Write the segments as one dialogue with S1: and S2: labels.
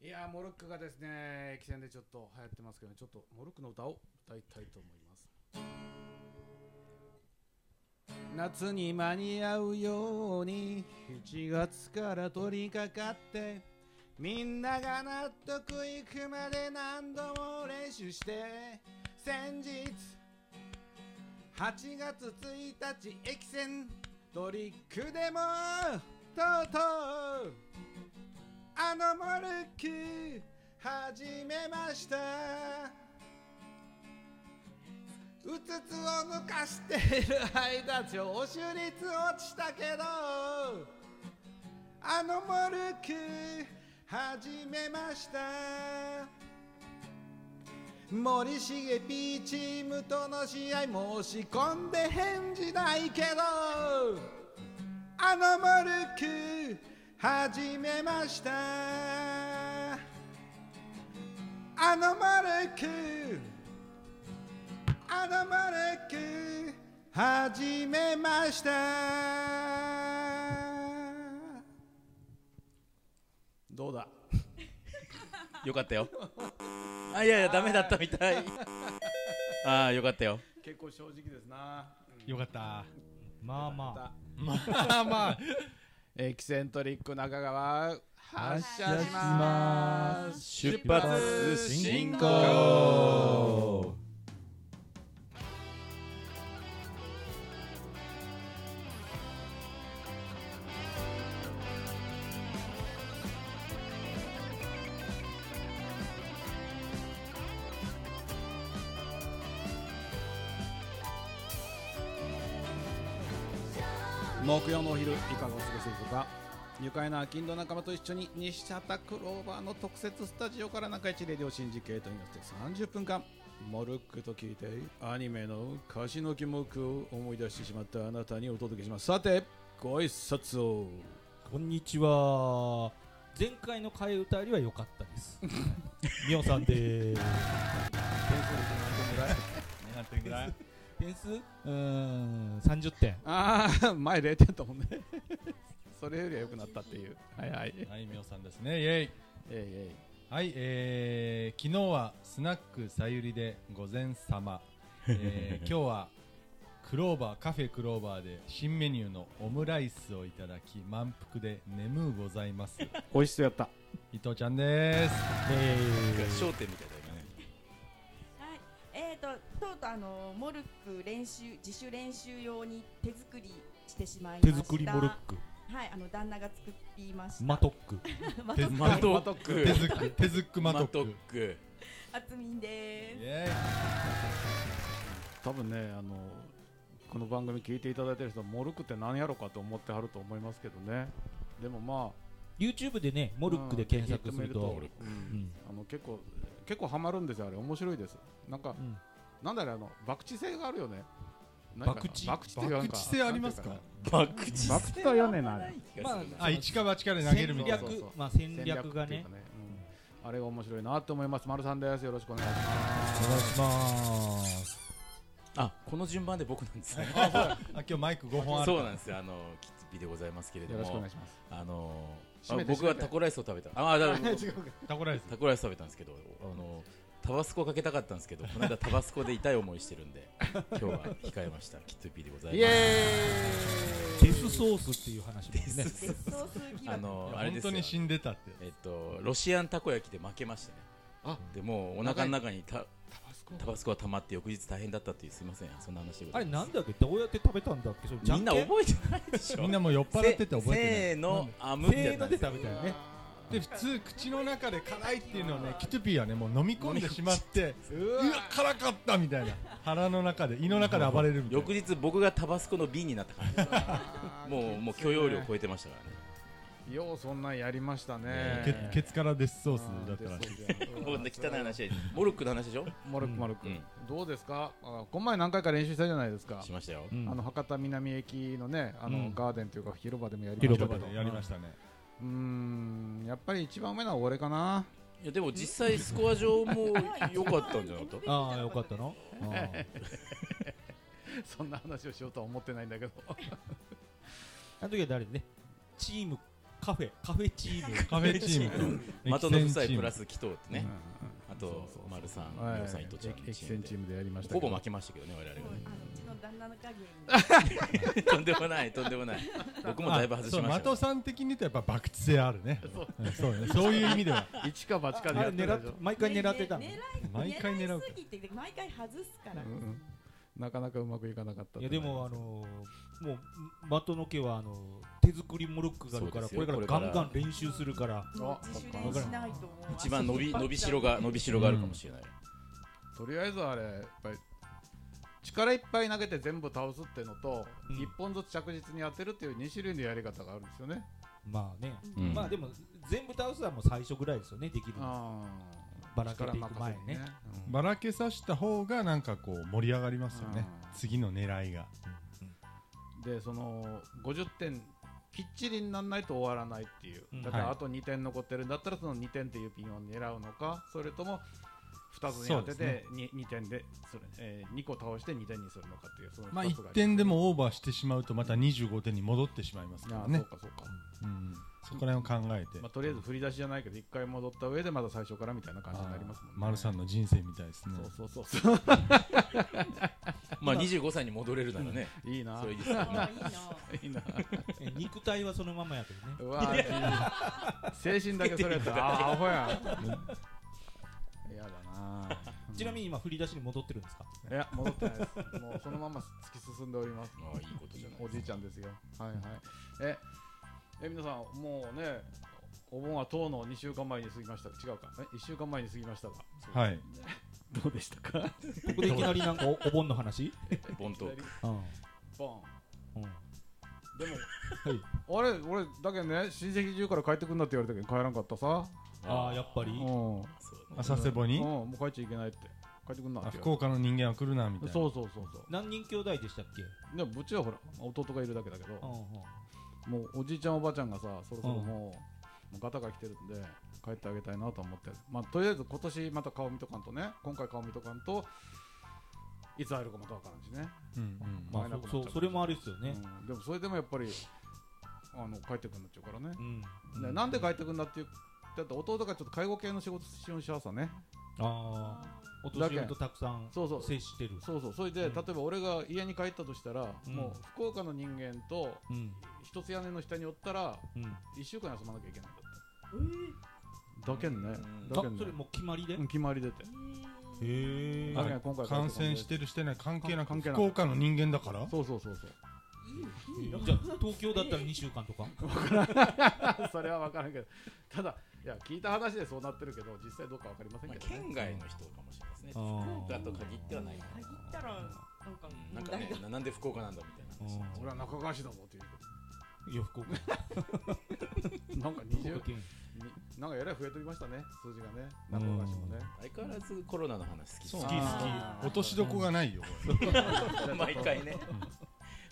S1: いやーモロックがですね駅伝でちょっと流行ってますけど、ちょっとモロックの歌を歌いたいと思います夏に間に合うように7月から取り掛かってみんなが納得いくまで何度も練習して先日8月1日駅戦トリックでもとうとうあのモルック始めましたうつつを抜かしている間上手率落ちたけどあのモルック始めました森重 P チームとの試合申し込んで返事ないけどあのモルック始めましたあのモルックあのモルック始めましたどうだ
S2: よかったよ。あ、いやいや、ダメだったみたい。ああ、よかったよ。
S1: 結構正直です な、うん
S3: よかった。まあまあ。
S2: まあまあ。
S1: エキセントリック中川発
S3: 射します
S2: 出発進行
S3: 行
S1: 木曜のお昼いかがお過ごしでしょうか愉快な金の仲間と一緒に西畑クローバーの特設スタジオから中市レディオシンジケートに乗って30分間モルックと聞いてアニメの歌詞の記目を思い出してしまったあなたにお届けしますさてご挨拶を
S3: こんにちは。前回の替え歌よりは良かっ たです。みおさんでーす。
S2: 何点ぐらい
S3: 点数うーん、30点。
S1: ああ前0点だもんね それよりは良くなったっていうはいはいえ
S4: はい、みおさんですね。イェイ。
S1: いえい
S4: はい、えー、昨日はスナックさゆりで午前様。えー、 今日はクローバー、カフェクローバーで新メニューのオムライスをいただき、満腹で眠うござい ます。
S1: 美味しそうやった
S4: 伊藤ちゃんです。
S3: え
S2: 焦点みたいだよね。
S5: はい、えーと、とうとうあのモルック練習、自主練習用に手作りしてしまい
S3: ー、
S5: ま
S3: 手
S5: した。
S3: 作りモルック、
S5: はい、あの旦那が作りました。
S3: マトック。
S5: マ
S4: 手
S5: ト
S4: 作
S2: マ
S4: マ
S2: トッ
S4: 手
S2: ク。
S4: 作手作マ
S2: マ
S4: ト
S2: ト
S4: ック
S2: ッ。ク。
S5: あつみん
S4: イ
S5: です。
S4: ェイ。
S1: 多分ねあのこの番組聞いていただいてる人はモルックって何やろかと思ってはると思いますけどねでもまあ
S3: YouTube でね、モルックで検索する
S1: うん
S3: と
S1: 聞い。てみると
S3: うん。
S1: うんあの結構結構ハマるんですよあれ面白いですなんか、
S3: うん
S1: なんだろうあの博打性があるよねなんか
S3: 博打
S1: 博打っていうかなんか
S4: 博打性ありますか
S1: なんて
S2: バクチ
S1: いうな博打とは言わねえなあれ
S3: ま
S4: あ、一か八かで投げるみたいな。
S1: そうそうそう
S3: まあ戦略が
S1: 戦
S3: ね
S1: っていうかうんあれが面白いなと思います丸さんですよろしくお願いします
S3: お願いします。
S2: あ、この順番で僕なんですね。
S4: あ、そうだあ、今日マイク5本ある。
S2: そうなんですよ。あの、キッズビでございますけれど
S1: よろしくお願
S2: も
S1: いし。ます
S2: あのー、
S1: 閉め
S2: あ
S1: て
S2: 僕は
S1: 閉めて
S2: タコライスを食べた。あ、だから、
S4: タコライス。
S2: タコライス食べたんですけど、あのタバスコかけたかったんですけど、この間タバスコで痛い思いしてるんで、今日は控えました。キットピーでござい
S1: イ
S2: ます。
S1: エーイ
S3: デスソースっていう話ですね。
S5: デスソース疑
S2: あ
S5: 惑。
S2: のあれ
S4: 本
S2: です
S4: 当
S2: よ
S4: に。死んでたって。
S2: えっとロシアンたこ焼きで負けましたね。
S1: あ
S2: でもうお腹の中に
S1: タ
S2: た
S1: バスコ
S2: タバスコが溜まって翌日大変だったっていうすみませんそんな話でご
S3: あ
S2: ざ
S3: れ
S2: いま
S3: なんだっけどうやって食べたんだっけその
S2: す。みんな
S3: じゃけ
S2: 覚えてないでしょ。
S4: みんなもう酔っ払ってて覚えてない。
S2: せせーのあむってやっ
S3: せー
S2: た
S3: の
S2: んで
S3: です
S2: よ。
S3: 食べたよね
S4: で普通口の中で辛いっていうのをねキトゥピーはねもう飲み込んでしまってうわ辛かったみたいな腹の中で胃の中で暴れるみたいな
S2: 翌日僕がタバスコの瓶になった感じです。 もうもう許容量を超えてましたからね。
S1: ようそんなんやりましたね
S2: ね
S4: ケケツからデスソースだったらしい
S2: もう汚い話でモルックの話でしょ。
S1: モルックモルック、
S2: うん
S1: どうですかあこの前何回か練習したじゃないですか
S2: しましたよ。
S3: うん
S1: あの博多南駅のねあの、
S3: うん
S1: ガーデンというか広場でもやりました
S3: 広
S1: け
S3: 場
S1: ど
S4: やりましたね
S1: うーんやっぱり一番上のは俺かない
S2: やでも実際スコア上も良かったんじゃなかった。
S3: ああよかったのあー
S1: そんな話をしようとは思ってないんだけど
S3: あの時は誰ねチームカフェカフェチーム
S4: カフェチームと
S2: 的の夫妻
S4: 駅
S2: プラス
S4: 船チーム
S2: 紀藤ってね、あと
S1: そうそうそう
S2: 丸さん、
S1: はい
S2: 洋さん、伊藤ちゃんの
S1: 駅
S2: チー
S1: 戦
S2: ム
S1: チームでやりました
S2: ほ
S1: けど
S2: ぼ負けましたけどね、我々
S5: もう
S2: がね
S5: あのうちの旦那の影に
S2: とんでもない、とんでもない。僕もだいぶ外しま
S4: あ
S2: し
S4: そう
S2: た
S4: 的さん的に言うとやっぱ博打性あるねうんそうねそういう意味では
S1: 一か八かで
S3: あ
S1: や
S3: れ
S1: ってた
S3: 狙
S1: でし
S3: っ
S1: ょ
S3: 毎回狙ってたの
S5: ね
S3: い
S4: 毎回狙う
S5: 狙いすぎて毎回外すから、
S1: うんうんなかなかうまくいかなかった
S3: やでもあのーもう的の家はあのー手作りモルックがあるから
S2: そ
S3: こ
S2: うで
S3: れ
S2: す
S3: か
S2: よ
S3: らガンガン練習するから
S5: もう
S1: あ
S5: 自主練しないと思う
S2: 一番伸び伸びしろが伸びしろがあるかもしれない。
S1: とりあえずあれやっぱり力いっぱい投げて全部倒すっていうのと、
S3: うん
S1: 一本ずつ着実に当てるっていう2種類のやり方があるんですよね
S3: まあね
S2: うん
S3: まあでも全部倒すのはもう最初ぐらいですよねできるの
S1: あ
S3: ばらけていく前ね
S4: ばらけさした方がなんかこう盛り上がりますよね
S1: うん
S4: 次の狙いが
S1: でその50点きっちりにならないと終わらないっていう
S3: うん
S1: だから
S4: はい
S1: あと2点残ってるんだったらその2点っていうピンを狙うのかそれとも2つに当
S4: そうで
S1: て
S4: す
S1: て
S4: ね
S1: 2, 2点でそれ、え2個倒して2点にするのかっていうその
S4: まあ
S1: 二つが
S4: 1点でもオーバーしてしまうとまた25点に戻ってしまいますか
S1: あ
S4: ら
S1: あそう
S4: ね
S1: かそうか、
S4: うんそこら辺を考えて
S1: まあ、とりあえず振り出しじゃないけど1回戻った上でまだ最初からみたいな感じになりますもんね
S4: 丸さんの人生みたいですね
S1: そうそうそうそ
S2: まあ25歳に戻れるならね、
S1: ういいな
S2: それいいですよね。
S5: あいいない
S1: いな
S3: え肉体はそのままやけどね
S1: うわー精神だけそれやったらああーアホやん嫌だな
S3: ちなみに今振り出しに戻ってるんですか
S1: いや戻ってないですもうそのまま突き進んでおります
S2: まあいいことじゃない。
S1: おじいちゃんですよはいはいええ皆さんもうねお盆はとうのう2週間前に過ぎました違うかえ1週間前に過ぎましたが
S4: はい
S1: どうでしたか
S3: ここでいきなりなんかおお 盆の話
S2: ボンと
S3: うん
S1: ボ
S3: うん
S1: ンでも
S3: はい
S1: あれ俺だけどね親戚中から帰ってくんなって言われたけど帰らんかったさ
S3: ああやっぱり
S1: うん
S2: そうね
S4: 浅瀬ボ
S1: うん
S4: に
S1: もう帰っちゃいけないって帰ってくんなっ
S4: あ
S1: て
S4: 福岡の人間は来るなみたいな
S1: そうそうそうそ
S3: 何人兄弟でしたっけ
S1: うでもうちはほら弟がいるだけだけ
S3: うんう
S1: ど
S3: ん
S1: もうおじいちゃんおばあちゃんがさそろそろ
S3: うん
S1: もうもうガタが来てるんで帰ってあげたいなと思ってまあとりあえず今年また顔見とかんとね今回顔見とかんといつ会えるかまたわからんしね、
S4: うんうん
S3: まあ
S1: 会えなくなっちゃう
S3: そうそうそれもあれですよね
S1: うんでもそれでもやっぱりあの帰ってくんなっちゃうからね
S3: うん
S1: でなんで帰ってくんだって言だって弟がちょっと介護系の仕事しようしはさね
S3: ああお年寄りとたくさん
S1: そうそう
S3: 接してる
S1: そうそうそれで、
S3: うん
S1: 例えば俺が家に帰ったとしたら、
S3: うん
S1: もう福岡の人間と
S3: うん
S1: 一つ屋根の下におったら
S3: うん
S1: 1週間休まなきゃいけないんだ
S5: えー
S1: ってだけんね、
S2: うん
S1: だ
S3: あ
S1: けんね
S3: それもう決まりで
S1: うん決まり出て
S5: えー
S3: へ
S1: だけ
S3: え
S1: ん今回
S4: 感染してるしてない関係なく
S1: 関係なく
S4: 福岡の人間だから
S1: そうそうそう
S5: いいいいの
S3: じゃあ東京だったら2週間とか
S1: そう それは分からんけどただいや聞いた話でそうなってるけど実際どうか分かりません
S2: まあ
S1: けど、ね
S2: 県外の人かもしれないですね。
S3: あ
S2: 福
S3: ー
S2: 岡と限ってはないか
S5: 限ったらなんか
S2: な。なん
S5: 問
S2: か
S5: 題
S2: ね
S5: が、
S2: ななんで福岡なんだみたいな話になっちゃう。
S1: 俺は中川市だぞっていう
S3: いや福岡
S1: けど なんか
S3: 福
S1: 20
S3: 岡県
S1: になんかえらい増えてきましたね数字がね中川市もね
S2: 相変わらずコロナの話好きです
S4: そう
S2: ね
S4: 好き
S1: あー
S4: 落としどこがないよ これ
S2: 毎回ね。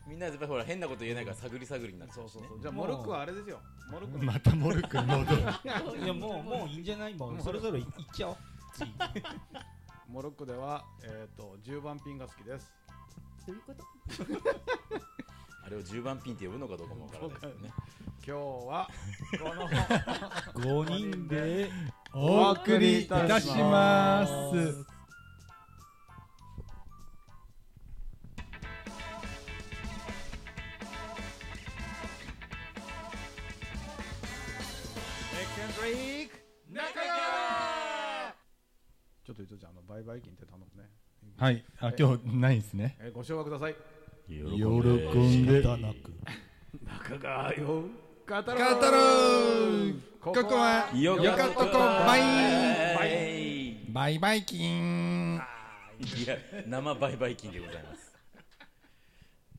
S2: みんなやっぱりほら変なこと言えないから探り探りになっちゃ
S1: そう
S2: うし
S1: そう
S2: ね
S1: そ。うじゃあモルックはあれですよモルックの
S4: またモルックに戻る
S3: いやもうもういいんじゃないもうそれぞれい行っちゃおう次
S1: モロッコでは、えー、と10番ピンが好きです。
S5: どういうこと
S2: あれを10番ピンって呼ぶのかどうかもわからないですけどね。
S1: 今日はこの
S3: 5人で
S4: お送りいたします
S1: ちょっと伊藤ちゃんあの売買金って頼むね。
S4: はいあ今日ないですね
S1: えーご唱和ください。
S2: 喜
S4: 喜んで
S3: だなく
S1: 中川よ語ろう
S4: 語ろう
S1: こ
S4: ここは
S2: よ
S4: よかったこんばい
S2: バイ
S4: バイバイキーン
S2: いや、生売買金でございます。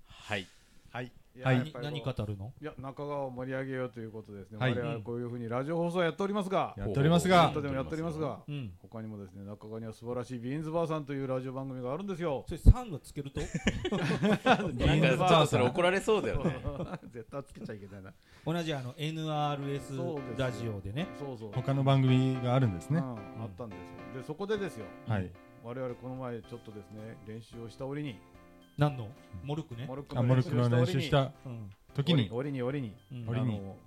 S2: はい。
S4: はい
S1: いや
S4: はい
S1: やっぱりこう
S3: 何語るの
S1: いや中川を盛り上げようということでですね、
S4: はい
S1: 我々はこういうふうにラジオ放送やっておりますが、
S4: やっております
S1: ネ
S4: が
S1: ットでもやっておりますが、
S3: うん
S1: 他にもですね中川には素晴らしいビーンズバーさんというラジオ番組があるんですよ
S3: それ3がつけると
S2: なんかちょっとそれ怒られそうだよね。
S1: 絶対つけちゃいけないな
S3: 同じあの NRS ラジオでね
S1: そうそう
S4: 他の番組があるんです
S1: うん
S4: ね
S1: あったんですよでそこでですよ
S4: はい
S1: 我々この前ちょっとですね練習をした折に
S3: 何のモルックね
S1: モルック
S4: あモルックの
S1: の
S4: 練
S1: 練
S4: 習
S1: 習
S4: し
S1: した
S4: た
S3: うん
S4: 時に
S1: 折に折に折に
S3: うん
S4: 折
S1: あ
S4: に
S1: の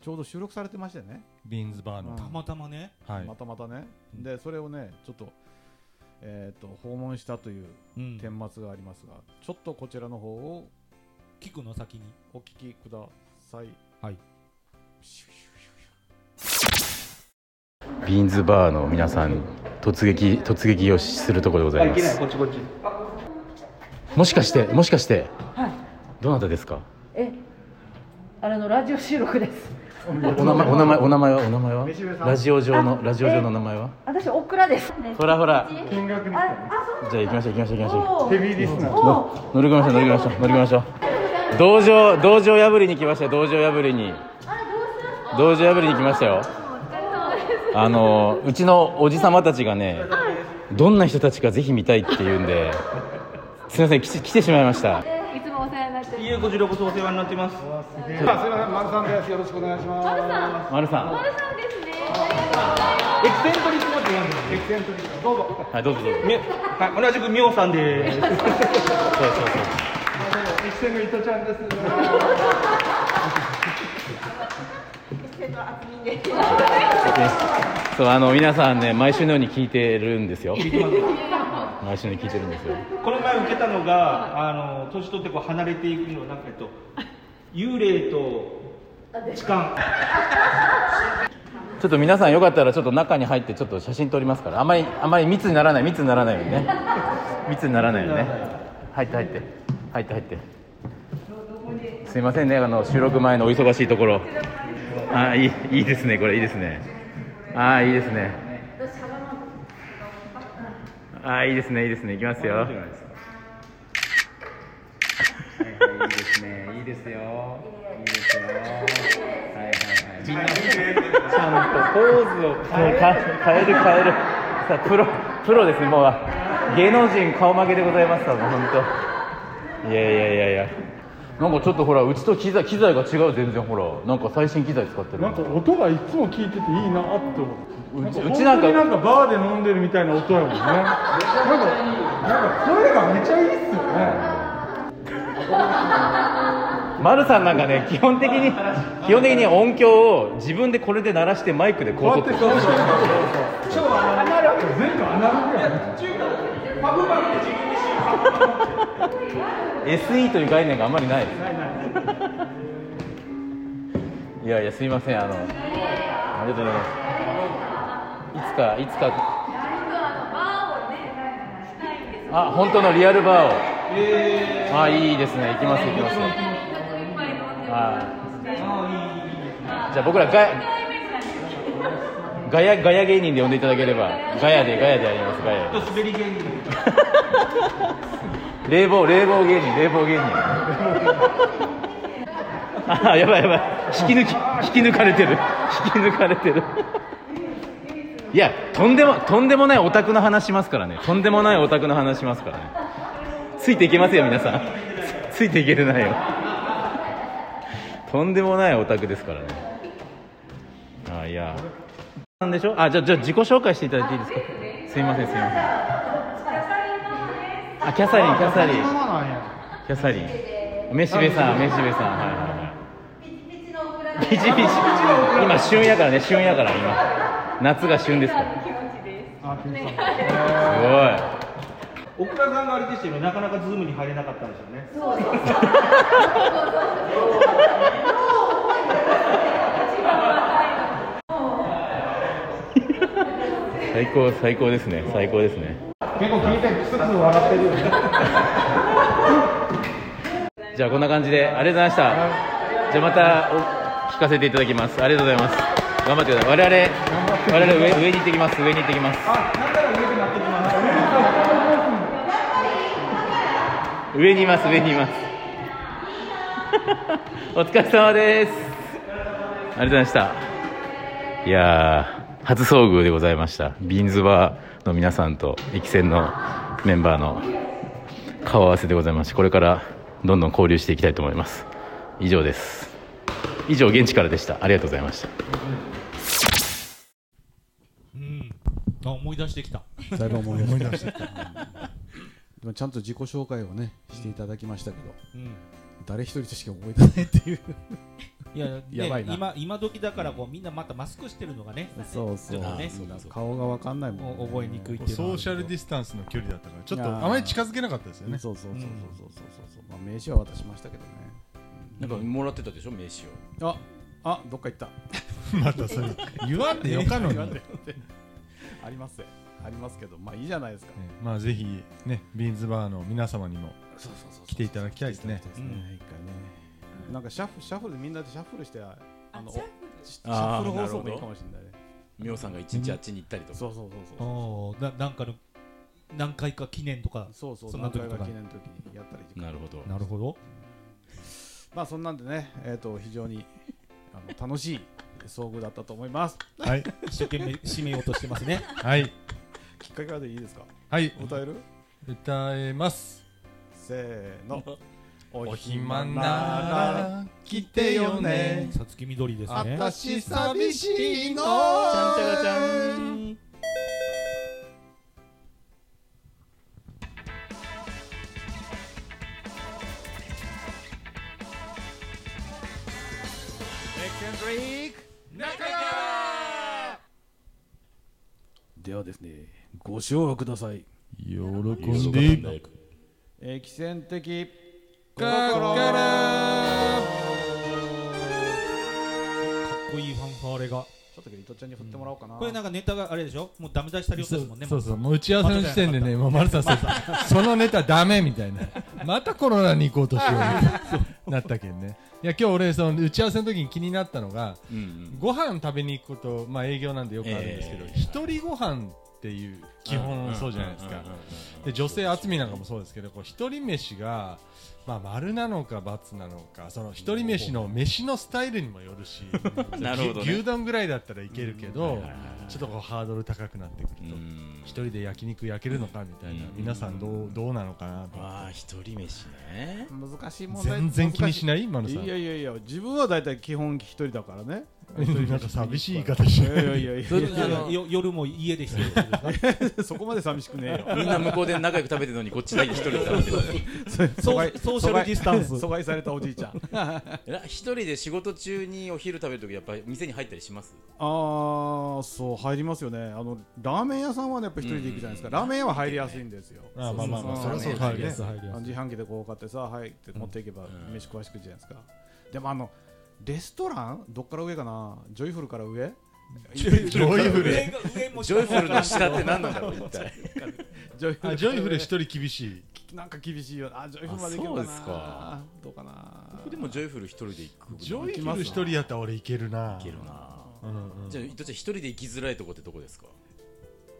S1: ちょうど収録されてましたよね、
S4: ビーンズバーの、
S1: うん
S3: たまたまね
S4: はい
S1: またまたね、
S3: うん
S1: でそれをねちょっと,、えー、と訪問したという
S3: うん
S1: 顛末がありますが、ちょっとこちらの方を
S3: キクの先に
S1: お聞きください
S3: はい
S2: ビーンズバーの皆さん突撃突撃をするところでございます
S6: こっちこっち。
S2: もしかしてもしかして、どなたですか
S7: え、あれのラジオ収録です。
S2: お名前お名前お名前はお名前は
S1: 飯上さん
S2: ラジオ上の
S7: あ
S2: ラジオ上の名前は
S7: 私オクラです。
S2: ほらほら
S6: 見学み
S7: あ、
S6: たい
S7: あ、そう
S2: じゃあ行きましょう行きましょう行きましょう
S7: お
S6: ヘ
S7: ー
S6: ビーリスナー。
S7: おー。
S2: 乗り込みましょう乗り込みましょう乗り込みましょう道場道場破りに来ましたよ道場破りに道場破りに来ましたよあのうちのおじさまたちがねどんな人たちかぜひ見たいって言うんですいません来て来てしまいました
S8: いつもお世話になって
S6: いえ、こちらこそお世話になってます。
S1: あすいません、丸さんです。よろしくお願いします。
S8: マルさん、
S2: 丸さん
S8: マ
S2: は
S8: ルさんですね。あ
S6: エクセントリックマッチなんです
S1: エキセントリック、どうぞ。
S2: いどうぞどうぞ
S6: みはい、同じくミオさんです。
S2: そうそうそう
S1: エキセンの伊藤ちゃんです。
S2: そうあの皆さんね毎週のように聞いてるんですよ毎週のように聞いてるんですよ
S6: この前受けたのが、あの、年取ってこう離れていくの、なんかえっと、幽霊と痴漢。
S2: ちょっと皆さんよかったらちょっと中に入ってちょっと写真撮りますからあまりあまり密にならない密にならないようにね密にならないようにね入って入って入って入ってすいませんねあの収録前のお忙しいところあーいいいいですねこれいいですねああいいですねああいいですねいいですねいきますよ
S9: いいですね。いいですよ。いいですよ。はいはいはい。
S2: ちゃんとポーズを変える変える変えるさあプロプロですねもう芸能人顔負けでございますわもう本当いやいやいやいやなんかちょっとほらうちと機材機材が違う全然ほらなんか最新機材使ってる
S6: なんか音がいつも聞いてていいなって思う。
S2: うち
S6: 本
S2: う
S6: 当
S2: ち
S6: に
S2: なんか
S6: なんかバーで飲んでるみたいな音やもんね。なんか、なんか声がめちゃいいっすよね。
S2: 丸さんなんかね基本的に基本的に音響を自分でこれで鳴らしてマイクでこう撮ってる
S6: そうそうそうそう。超アナログ。全部アナログやね。
S2: SE という概念があんまりないですね いやいやすいませんあのありがとうございますいつかいつか
S8: のバーをね、したいんです。
S2: あ本当のリアルバーを、あいいですね行きます行きます
S8: みんなにちょっと一杯飲んでもらおうとして。
S2: じゃあ僕らガヤガヤガヤ芸人で呼んでいただければガヤでガヤでやりますガヤで
S6: 滑り芸人。
S2: 冷房冷房芸人冷房芸人ああやばいやばい引き抜き引き抜かれてる引き抜かれてるいやとんでもとんでもないオタクの話しますからねとんでもないオタクの話しますからねついていけますよ皆さんつついていけてないよとんでもないオタクですからねああいやなんでしょあじゃあじゃあ自己紹介していただいていいですかすいませんすいませんあキャサリンキャサリンキャサリン。めしべさん、めしべさん、はいはい はい。ピチピチの今旬やからね、旬やから、今。夏が旬ですから。す
S6: 奥田さんがあれでしたよね、なかなかズームに入れなかったんですよね。
S2: ごい。最高、最高ですね、最高ですね。
S6: 結構聞いて、くすくす笑ってるよね。
S2: じゃあ、こんな感じで、ありがとうございました。じゃあ、また、お、聞かせていただきます。ありがとうございます。頑張ってください。我々、我々上、上に行ってきます。上に行ってきます。上にいます。上に います。お疲れ様です。ありがとうございました。いやー、初遭遇でございました。ビーンズバーの皆さんと、駅船のメンバーの顔合わせでございまして、これからどんどん交流していきたいと思います。以上です。以上、現地からでした。ありがとうございました。
S3: うんあ思い出してきた
S1: だいぶ思い出した。でもちゃんと自己紹介をねしていただきましたけど、
S3: うん
S1: 誰一人としか思い出せないっていう。
S3: いや、ね、
S1: やばいな
S3: 今今時だからこうみんなまたマスクしてるのがね、
S1: そうそう
S3: ちょっとね
S1: 顔がわかんないも
S3: も
S1: ん
S3: う覚えにくいっていうの
S4: ソ
S3: は
S4: ーシャルディスタンスの距離だったからちょっ
S1: いやー
S4: とあまり近づけなかったですよね
S1: そうそうそうそう
S3: うん
S1: そうそうそう、まあ、名刺は渡しましたけどね
S2: なんかもらってたでしょ名刺を
S1: ああどっか行った
S4: またそれ 言わんでよかのに、ね
S1: ありますありますけどまあいいじゃないですか、
S4: まあぜひねビーンズバーの皆様にも
S1: そうそうそうそう
S4: 来ていただきたいですね
S1: 来ていただきたいですね一回ねなんかシャッフシャッフルみんなでシャッフルしてああの
S5: シャッフ
S1: シャッ
S2: あ
S1: フル
S2: ー
S1: 放送もいいかもしれないね
S2: ミオさんが一日あっちに行ったりとか
S1: そうそうそうそう
S3: おーななんかの何回か記念とか
S1: そうそう
S3: そんな
S1: 何
S3: 時
S1: 回
S3: とか
S1: か記念の時にやったりとか
S2: なるほど
S3: なるほど
S1: まあそんなんでねえっ、と非常にあの楽しい遭遇だったと思います
S4: はい
S3: 一生懸 命締めようとしてますね
S4: はい
S1: きっかけはでいいですか
S4: はい
S1: 歌える
S4: 歌えます
S1: せーの
S4: お
S1: お
S4: 暇なら来てよね
S3: さつきみどりですね
S1: 私寂しいのち
S2: ゃんちゃ
S1: が
S2: がちゃ
S1: んではですねご賞をください
S4: 喜んで
S1: えー奇跡的
S4: カッカラ
S3: かっこいいファンファーレが
S1: ちょっとけど伊藤ちゃんに振ってもらおうかな、
S3: これなんかネタがあれでしょもうダメ出しされようとですもんね
S4: そうそううもう打ち合わせの時点でねもう丸田さんそのネタダメみたいなまたコロナに行こうとしようみたいななったけんねいや今日俺その打ち合わせの時に気になったのが
S2: うんうん
S4: ご飯食べに行くことまあ営業なんでよくあるんですけど
S2: ええ
S4: 一人ご飯っていう基本そうじゃないですかで女性渥美なんかもそうですけどこう一人飯が、まあ、丸なのか×なのかその一人飯の飯のスタイルにもよるし
S2: なるほどね
S4: 牛牛丼ぐらいだったらいけるけど、
S2: うんはいはいはい
S4: ちょっとこうハードル高くなってくると、
S2: うん
S4: 一人で焼肉焼けるのかみたいな、
S2: うん
S4: 皆さんどうどうなのかなと
S2: ああ一人飯ね
S1: 難しい問題
S4: 全然気にしない今
S1: 難
S4: の
S1: しい
S4: さ
S1: いやいやいや自分は大体基本一人だからね
S4: なんか寂しい言い方し
S1: い
S4: て
S1: やいやいやい
S3: それ
S1: や
S3: であのよ夜も家でしてるんですか
S1: そこまで寂しくねえよ
S2: みんな向こうで仲良く食べてるのにこっちだけ一人で食べてる
S3: ソーソーシャルディスタン ス
S1: 疎外されたおじいちゃんあ
S2: えら一人で仕事中にお昼食べるときやっぱり店に入ったりします
S1: あそう入りますよねあのラーメン屋さんはねやっぱ一人で行くじゃないですか、ラーメン屋は入りやすいんですよ
S4: あまあまあまあそりゃそうですよ
S1: 入りや
S4: ね
S1: すいあの自販機でこう買ってさ入って持っていけば
S2: ん
S1: 飯食わしてくるじゃないですか、でもあのレストランどっから上かなジョイフルから上ジョ
S4: ジョイフル
S3: 上が上も
S2: ジョイフルの下って何なんだろう一体
S1: ジョイフ
S4: あ
S1: ル
S4: ジョイフル一人厳しい
S1: なんか厳しいよなあジョイフルまで行けるかな
S2: あそうですか
S1: どうかな
S2: 僕 でもジョイフル一人で行く
S4: ジョイフル一人やったら俺いけるな
S2: 行けるな
S4: うんうん
S2: じゃあ伊藤ちゃん一人で行きづらいとこってどこですか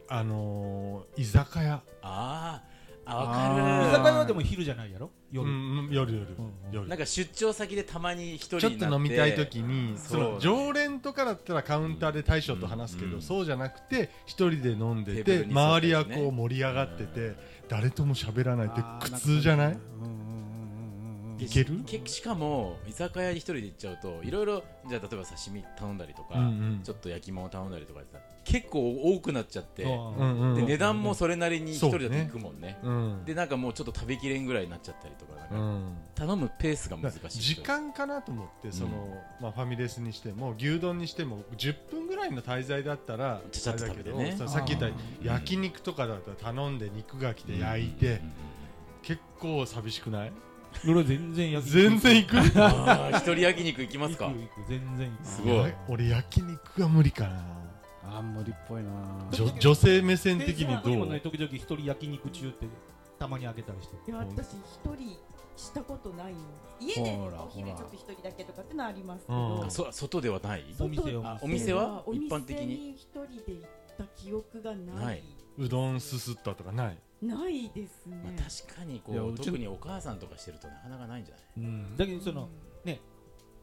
S4: あのー、居酒屋、
S2: あーあ
S3: 居
S2: わ
S3: 酒
S2: か
S3: 屋でも昼じゃないやろ
S4: う
S3: 夜、
S4: ん、夜夜、夜
S2: るなんか出張先でたまに一人に
S4: ち
S2: な
S4: ょ
S2: っ
S4: ってと飲みたい時に
S2: そう
S4: その常連とかだったらカウンターで大将と話すけど、
S2: うん
S4: そうじゃなくて一人で飲んで
S2: テーブ
S4: て
S2: ルに座っ
S4: 周
S2: て
S4: り
S2: ね
S4: はこう盛り上がってて、誰とも喋らないって
S1: あー
S4: 苦痛じゃない
S1: んかうんうんうんうんうん
S2: で
S4: いける
S2: けしかも居酒屋に一人で行っちゃうといろいろじゃあ例えば刺身頼んだりとか、
S4: うんうん
S2: ちょっと焼き物頼んだりとかでさ結構多くなっちゃって、
S4: うんうんう
S2: で
S4: ん
S2: 値段もそれなりに一人だと
S4: そうね
S2: 行くもんね
S4: うん
S2: でなんかもうちょっと食べきれんぐらいになっちゃったりとかなんか、
S4: うん
S2: 頼むペースが
S4: だ
S2: 難し
S4: か
S2: い
S4: ら時間かなと思ってその、まあ、ファミレスにしても牛丼にしても10分ぐらいの滞在だったら
S2: ちゃちゃっと食べてね
S4: あれだけどささっき言った焼肉とかだったら頼んで肉が来て焼いて、結構寂しくない
S3: 俺全然や
S4: 全然 行く
S2: あー一人焼肉行きますか
S3: 行く行く全然行く
S2: すごい
S4: 俺焼肉が無理かな
S1: あー無理っぽいな
S4: 女女性目線的
S3: 店
S4: に
S3: 員さん
S4: ど
S3: もね
S4: う
S3: 時々一人焼肉中ってたまにあげたりして
S5: いや私一人したことないの家で
S1: ほら
S5: お昼ちょっと一人だけとかってのはありますけど、
S4: うん
S2: そ外ではない
S3: お店を
S2: あお店は
S5: お
S2: 一般的
S5: 店
S2: に
S5: に一人で行った記憶がない
S2: な
S5: ないいう
S4: どんすすったとかない
S5: ですね、
S2: まあ、確かにこ
S1: いやう
S2: う
S1: ちの
S2: 特にお母さんとかしてるとなかなかないんじゃない
S3: うんだけどそのね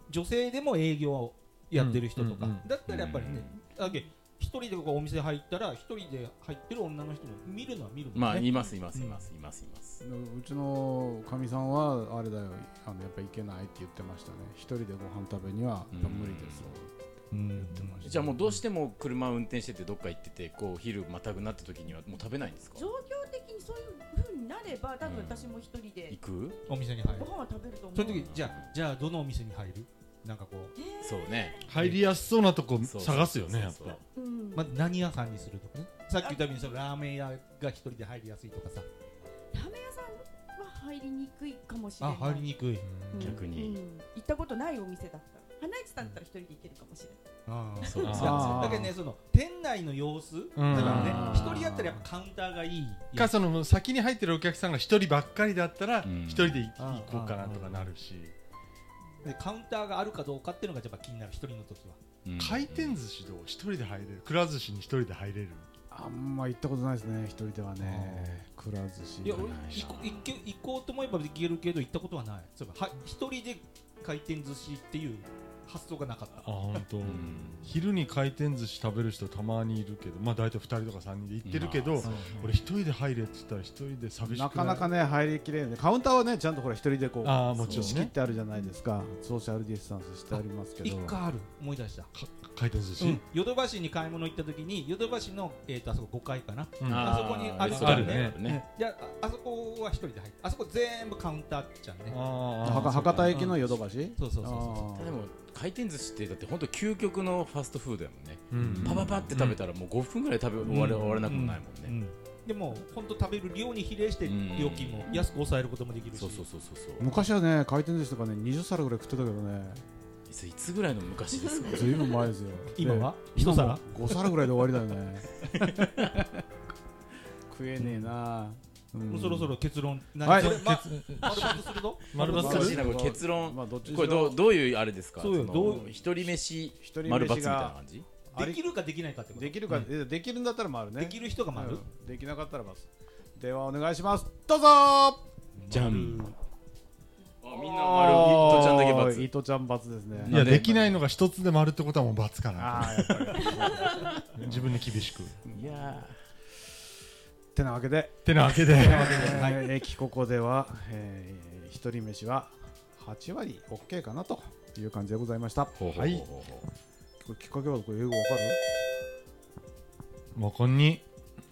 S3: 女性でも営業をやってる人とか、
S4: うんうんうん
S3: だったらやっぱりね、だけど一人でこうお店入ったら一人で入ってる女の人も見るのは見るもんね、
S2: まあいますいます
S3: うん
S2: いますいますいます
S1: うちのかみさんはあれだよあのやっぱ行けないって言ってましたね一人でご飯食べにはやっぱ無理ですよ
S3: うん
S1: 言ってました
S2: じゃあもうどうしても車を運転しててどっか行っててこう昼またぐなった時にはもう食べないんですか
S5: 状況的にそういう風になれば多分私も一人で
S2: 行く
S3: お店に入る
S5: ご飯は食べると思う
S3: その時じゃあじゃあどのお店に入るなんかこう
S2: そうね
S4: 入りやすそうなとこ
S2: そう
S4: 探すよねやっ
S2: そう
S4: ぱ
S5: うん
S3: まあ、何屋さんにするとかねさっき言ったようにそのラーメン屋が一人で入りやすいとかさ
S5: ラーメン屋さんは入りにくいかもしれ
S3: あ
S5: ない
S3: 入りにくい、
S5: うん
S2: 逆に
S5: うん行ったことないお店だった花市さんだったら一人で行けるかもしれない
S3: ああ
S2: そう
S3: だ
S2: そう
S1: あー
S3: けどねその店内の様子だからね
S1: あー
S3: 一人やったらやっぱカウンターがいい
S4: かその先に入ってるお客さんが一人ばっかりだったら
S2: うん
S4: 一人で
S3: あー
S4: 行こうかなとかなるし
S3: でカウンターがあるかどうかっていうのがやっぱ気になる一人の時は
S2: うん
S4: 回転寿司どう一人で入れるくら寿司に一人で入れる
S1: あんま行ったことないですね一人ではねくら寿司
S3: いや
S1: 行
S3: 俺
S1: かないし
S3: 行こ行け行こうと思えばできるけど行ったことはないそういえばは一人で回転寿司っていう発想がなかった
S4: あ本当
S2: うん
S4: 昼に回転寿司食べる人たまにいるけどまあ大体2人とか3人で行ってるけど、
S2: まあそう
S4: 俺一人で入れって言ったら一人で寂しく
S1: なかなかね入りきれないカウンターはねちゃんとほら一人でこう
S4: ああもちろん
S1: 仕切っ
S4: ね
S1: てあるじゃないですかソーシャルディスタンスしてありますけど
S3: 一回ある思い出した
S4: か回転寿司、
S3: うんヨドバシに買い物行った時にヨドバシの、えー、とあそこ5階かな
S4: うん
S3: あそこにありそう
S4: だね
S2: レストランね
S3: でああそこは一人で入ってあそこ全部カウンターじゃんね
S4: あー
S1: はか博多駅のヨドバシ
S3: そうそうそうそう
S1: あ
S2: でも回転寿司ってだって本当究極のファストフードやもんね、
S4: うん
S2: パパパって食べたらもう5分ぐらい食べ終われ,、終われなくもないもんね、
S3: うんでも本当食べる量に比例して
S2: うん
S3: 料金も安く抑えることもできるし
S2: そうそうそうそうそう
S1: 昔はね回転寿司とかね20皿ぐらい食ってたけどね
S2: いついつぐらいの昔ですか
S1: ずいぶん前ですよ
S3: 今は一皿
S1: 5皿ぐらいで終わりだよね 食えねえなうん
S3: もうそろそろ結論何
S1: はい
S3: それま丸抜するぞ
S4: 丸抜
S2: お
S4: き
S2: かしいなこれ結論
S1: まあどっちにし
S2: これ
S1: ろ
S2: どうどういうあれですか
S3: そうよ
S2: の
S3: どう
S2: 一人飯
S1: 一人
S2: 丸抜み
S1: 飯
S2: たいな
S1: が
S2: 感じ
S1: あ
S3: で
S1: り
S3: きるかできないかってこと
S1: できるか、えできるんだったら丸ね
S3: できる人が丸
S1: うんできなかったら丸ではお願いしますどうぞー
S2: じゃんあみんな丸
S1: おー
S2: 伊藤ちゃんだけバ
S1: 伊
S2: ツ
S1: 藤ちゃん罰ですね
S4: いやできないのが一つで丸ってことはもう罰かな
S1: ああやっぱり
S4: 自分に厳しくっ
S2: いや
S1: てなわけで
S4: てなわけで
S1: えー駅ここでは、えー、一人飯は8割 OK かなという感じでございましたこ
S2: ほうほうほうほう
S1: れきっかけはこれ英語わか
S4: わかんに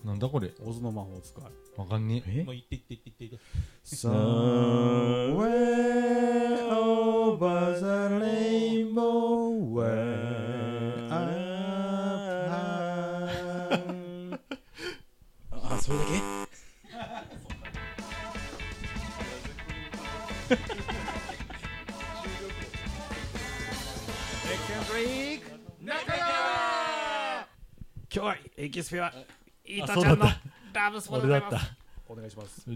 S4: なんだこれ
S1: るオズの魔法を使い
S4: わかんに
S2: え
S3: もう行って行って行って行って
S1: Somewhere over the rainbow where up high
S2: あそれだ
S1: 今日はエキスペは伊
S4: あそうだった俺だった
S1: お願いします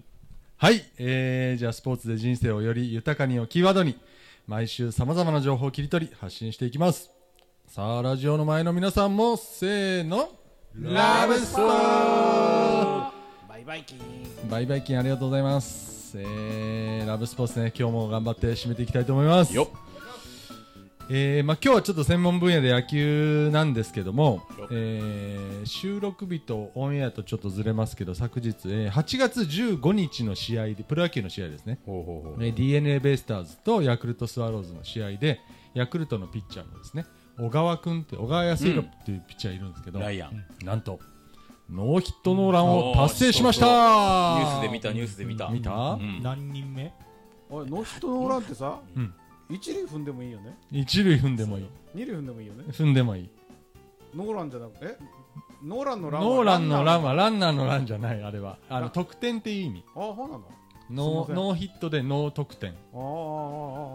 S4: はい、えー、じゃあスポーツで人生をより豊かにをキーワードに毎週さまざまな情報を切り取り発信していきますさあラジオの前の皆さんもせーのラブストー
S1: バイバイキーン
S4: バイバイキンありがとうございます、えー、ラブスポーツね今日も頑張って締めていきたいと思います
S2: けよっ
S4: えーまあ、今日はちょっと専門分野で野球なんですけども
S2: よっ、
S4: えー収録日とオンエアとちょっとずれますけど昨日、えー8月15日の試合でプロ野球の試合ですね、
S2: ほうほうほう
S4: え d n a ベイスターズとヤクルトスワローズの試合でヤクルトのピッチャーのですね小川君って小川康弘っていうピッチャーいるんですけど、
S2: ライアンニ
S4: なんとノーヒットノーランを達成しましたニ
S2: ュースで見たニュースで見た
S4: 見た、
S2: うん
S3: 何人目
S1: おいノーヒットノーランってさ、
S4: うん
S1: 一塁踏んでもいいよね
S4: 一塁踏んでもいい
S1: 二塁踏んでもいいよね
S4: 踏んでもいい
S1: ノーランじゃなくえノーランのランは
S4: ノーランのラン
S1: は
S4: はランナーのランじゃないあれはあの得点っていう意味
S1: あそうなの
S4: ノ
S1: すいませ
S4: ー
S1: ん
S4: ノーヒットでノー得点
S1: ああああああ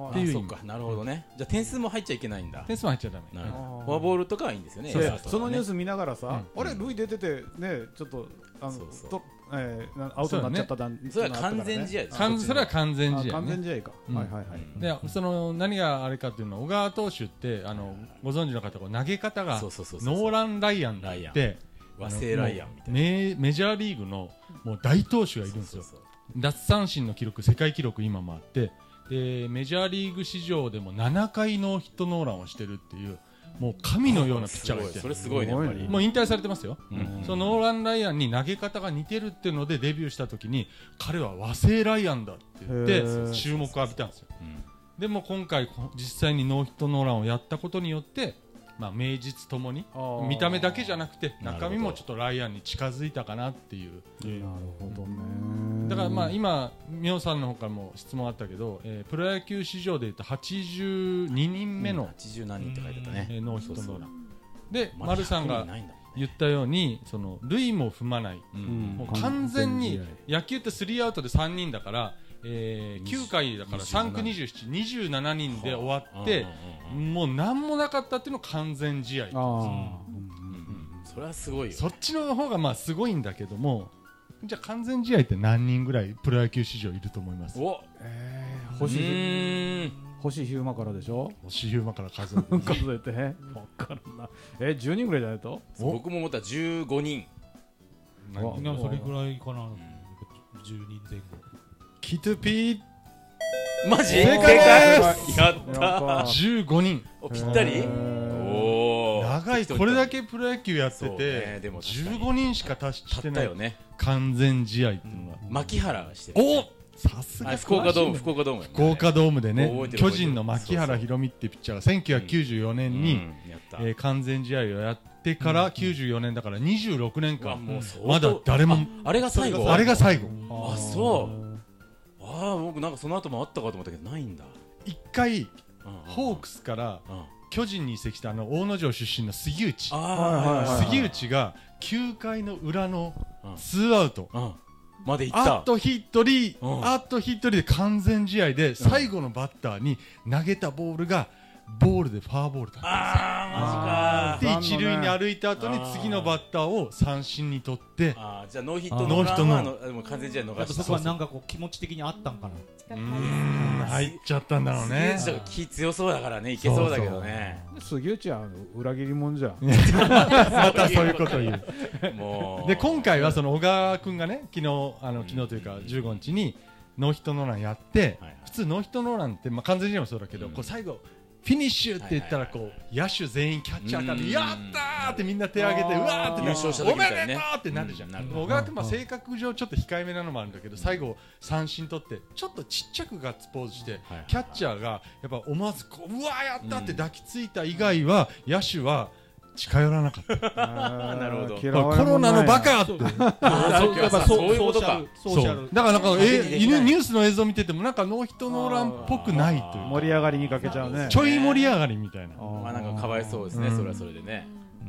S1: ああ
S4: っていう意味
S2: あそっかなるほどねじゃあ点数も入っちゃいけないんだ
S4: 点数も入っちゃダ
S2: な
S4: メ
S2: るほ
S1: あー
S2: どフォアボールとかはいいんですよね
S1: そう
S2: エラーとかね
S1: そのニュース見ながらさ、
S4: うん
S1: あれ、塁出てて、ね、ちょっとあの
S2: そうそう
S1: と、えーなアウトになっちゃっただん、
S2: それは完全
S1: 合
S2: 試合です
S4: 完それは完全
S1: あ
S4: 試合
S1: 完全
S4: ね
S1: 試合か、
S4: うん
S1: はいはいはい、
S2: うん
S4: でその何があれかというのは小川投手ってあのご存知の方こう投げ方が
S2: そう
S4: ノ
S2: そうそうそう
S4: ーラン・ライアンって言って
S2: 和製ライアンみたいな
S4: メメジャーリーグのもう大投手がいるんですよ
S2: そうそうそう
S4: 奪三振の記録世界記録今もあってでメジャーリーグ史上でも7回ノーヒットノーランをしてるっていうもう神のようなピッチャーがい
S2: すご
S4: て
S2: いそれすごいねやっぱり
S1: すごいね
S4: もう引退されてますよ、
S2: うん
S4: そのノーラン・ライアンに投げ方が似てるっていうのでデビューした時に彼は和製ライアンだって言っ
S1: へ
S4: て
S1: ー
S4: 注目を浴びたんですよ
S2: うん
S4: でも今回こ実際にノーヒットノーランをやったことによって、まあ、名実ともに
S1: あー
S4: 見た目だけじゃなくて
S2: なるほど
S4: 中身もちょっとライアンに近づいたかなっていう
S1: なるほどね、
S4: だからまあ今、ミオさんの方からも質問あったけど、えープロ野球史上でいうと82人目の、
S2: うん80何人って書いてあったね
S4: えーノーヒットノーランで、
S2: まだ
S4: 丸さん
S2: 100
S4: が
S2: 人ないんだも
S4: 言ったようにその類も踏まない、
S2: ん
S4: もう完全に
S2: 完
S4: 野球って3アウトで3人だから、えー9回だから3区2727人で終わってもう何もなかったっていうのが完全試合
S1: ああ
S2: それはすごいよ
S4: そっちの方がまあすごいんだけどもじゃあ完全試合って何人ぐらいプロ野球史上いると思います
S2: お
S1: えー星ひ星ヒューマからでしょ
S4: 星ヒューマから数え
S1: て数えて 分からんなえ10人ぐらいじゃないと
S2: 僕も思った15人
S1: 何
S3: でもそれぐらいかな、10人前後
S4: キトゥピー
S2: マジ
S4: 正
S2: 正
S4: 解
S2: 解
S4: で
S2: です
S4: す
S2: やったー
S4: 15人
S2: おぴったりおー
S4: 長い
S2: 適当に
S4: これだけプロ野球やって
S2: そう
S4: て、
S2: ねでも確かに
S4: 15人しか達して
S2: た
S4: ない
S2: よね
S4: 完全試合っていうのが、
S2: 牧原がしてる
S4: おさす
S2: あ
S4: が
S2: れ福岡ドーム
S4: 詳しいね
S2: 福岡ドーム
S4: 福岡ドームで
S2: 覚え
S4: ね
S2: てる
S4: 巨人の牧原宏美ってピッチャーが1994年に、
S2: うんやった
S4: えー完全試合をやってから94年だから26年間、
S2: もう相当
S4: まだ誰も
S2: ああれが最後
S4: あれが最後
S2: あそうああ僕なんかその後もあったかと思ったけどないんだ
S4: 一回ホークスから巨人に移籍したあの大野城出身の杉内
S2: あーはいはいはい
S4: 杉内が9回の裏のツーアウト
S2: まで行った
S4: あと一人
S2: うん
S4: あと一人で完全試合で最後のバッターに投げたボールがボールでファーボールだったんですよ
S2: マジか
S4: で一塁に歩いた後に
S2: あー
S4: 次のバッターを三振に取って
S2: あーじゃあノーヒッ
S4: あ
S2: ト
S4: ー
S2: ノーランはあ
S4: ノ
S2: の
S4: ーヒットノーラン
S2: あでも完全試合逃
S3: やっ
S2: した
S3: ぱそこはなんかこう気持ち的にあったんかな
S4: うん入っちゃったんだろうね
S2: 杉内が気強そうだからねいけそうだけどね
S1: 杉内はあの裏切り者じゃん
S4: またそういうこと言う。
S2: もう
S4: で今回はその小川君がね昨日あの昨日というか15日にノーヒットノーランやって、普通ノーヒットノーランってまあ完全試合もそうだけど、こう最後フィニッシュって言ったらこう野手全員キャッチャーから
S2: うん
S4: やったーってみんな手挙げてうわーって
S2: 優
S4: な
S2: 勝した時
S4: お
S2: み
S4: め
S2: たいに
S4: で
S2: ね
S4: とうってなるじゃん。
S2: うんなる
S4: 小川君まあ性格上ちょっと控えめなのもあるんだけど最後三振取ってちょっとちっちゃくガッツポーズしてキャッチャーがやっぱ思わずこううわーやったって抱きついた以外は野手は近寄らなかった。
S2: あーなるほど
S4: コロナのバカ って。
S2: あーそうかそういうことか
S4: そうだからなんかえニュニュースの映像見ててもなんかノーヒットノーランっぽくないという
S1: 盛り上がりにかけちゃうね
S4: ちょい盛り上がりみたいな。
S2: まあなんかかわいそうですね、
S4: うん
S2: それはそれでね。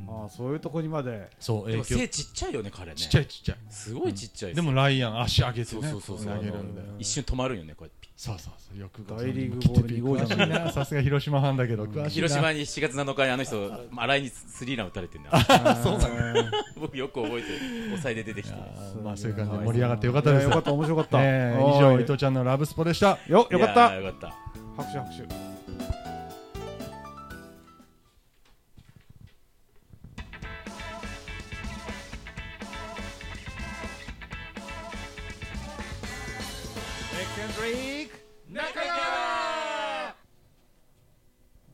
S1: ああそういうとこにまで
S4: そう
S2: でも
S4: 影響
S2: 背ちっちゃいよね、彼ね。
S4: ちっちゃいちっちゃい
S2: すごいちっちゃい
S4: でもライアン足上げてね
S2: そうそうそうそう
S4: 投げるんだよ
S2: 一瞬止まるよね、こうやって。
S4: そうそうそう、よく
S1: 大リーグボール2号じゃない
S4: さすが広島ファンだけど詳しいな
S2: 広島に7月7日にあの人、新井にスリーラン打たれてんだ。
S4: そうなんだ
S2: 僕よく覚えてる、抑えで出てきて。
S4: まあそういう感じで盛り上がってよかったです。
S1: いやよかった面白かった
S4: ええ
S1: はい
S4: 以上伊藤ちゃんのラブスポでした。
S1: よよかった
S2: いやーよかった。
S1: 拍手拍手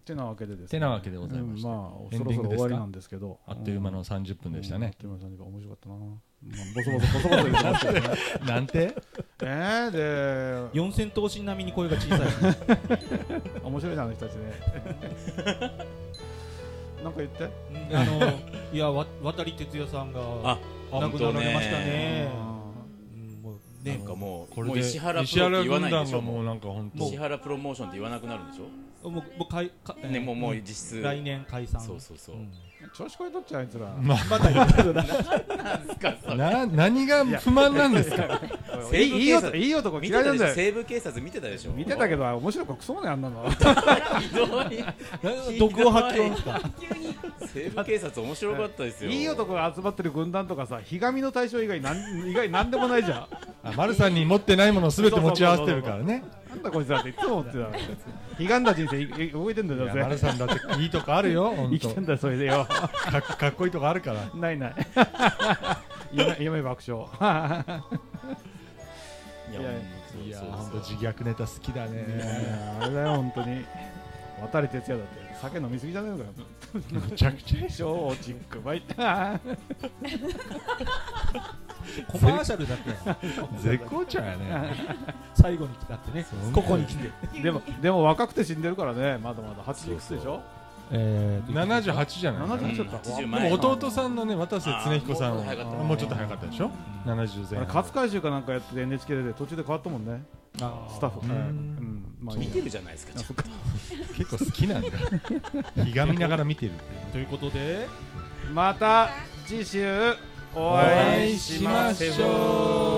S1: てなわけでですね
S4: てなわけでございまして
S1: うんまあ
S4: エ
S1: そ
S4: ン
S1: ろ
S4: ディ
S1: そ
S4: ン
S1: ろ
S4: グで
S1: 終
S4: すか
S1: わりなんですけど
S4: あっという間の30分でしたね
S1: うんあっという間の30分面白かったな、まあ、ボソボソボソボソ言ってますけどね
S4: なんて
S1: えー、で
S3: 四千頭身並みに声が小 さい
S1: 面白いなあの人たち ねなんか言って
S3: あのいやわ渡哲也さんが
S2: あ
S3: 亡くなられましたね
S2: なんかもう、
S4: これ
S2: も
S4: で
S2: う石原プロって言わないんでしょ。
S4: 石原軍団がもうなんか本当
S2: 石原プロモーションって言わなくなるんでしょ。
S3: もうもうかいか
S2: ねもうもう実質
S3: 来年解散
S2: そうそうそう。
S1: 調子こいとっちゃうあいつら、
S4: まあまだ言ってるなな何が不満なんですか
S1: いいいい男いい男嫌いなんだよ
S2: 西部警察見てたでしょ。
S1: 見てたけど面白くはクソもねあんなの
S2: ひどい
S3: え毒を吐き込 んだ
S2: 西部警察面白かったですよ
S1: いい男が集まってる軍団とかさひがみの対象以外なん以 外なんでもないじゃん
S4: あ丸さんに持ってないものを全て持ち合わせてるからね
S1: なんだこいつらっていつも思ってたのひがんだ人生いい動いてんだよどう
S4: いや丸
S1: せ
S4: さんだっていいとこあるよ本
S1: 生
S4: 当
S1: きてんだよそれでよ
S4: かかっこいいとこあるから
S1: ないない 夢夢爆笑
S2: いや
S1: いや
S2: い
S4: い
S2: や
S4: や
S2: そうそう
S4: 本当自虐ネタ好きだ
S1: い
S4: ね
S1: やあれだよ本当に渡哲也だって酒飲みすぎじゃねえのかよ
S4: めちゃくちゃ
S1: 超チックバイタ
S3: コマーシャル だって
S4: 絶好調やね
S3: 最後に来たってねここに来て
S1: でもでも若くて死んでるからねまだまだ80いくつでしょ
S3: えーと
S4: 78じゃない
S1: 78だった
S4: でも弟さんのね渡瀬恒彦さんはもうちょっと早かったでしょ70前
S1: あれ
S4: 半
S1: 勝海舟かなんかやってて NHK で途中で変わったもんね
S3: あー
S1: スタッフ
S4: う
S1: う
S4: ん
S1: んまあいいや
S2: 見てるじゃないですかちょっと
S4: 結構好きなんだひがみながら見てるって
S3: ということで
S1: また次週お会いしましょう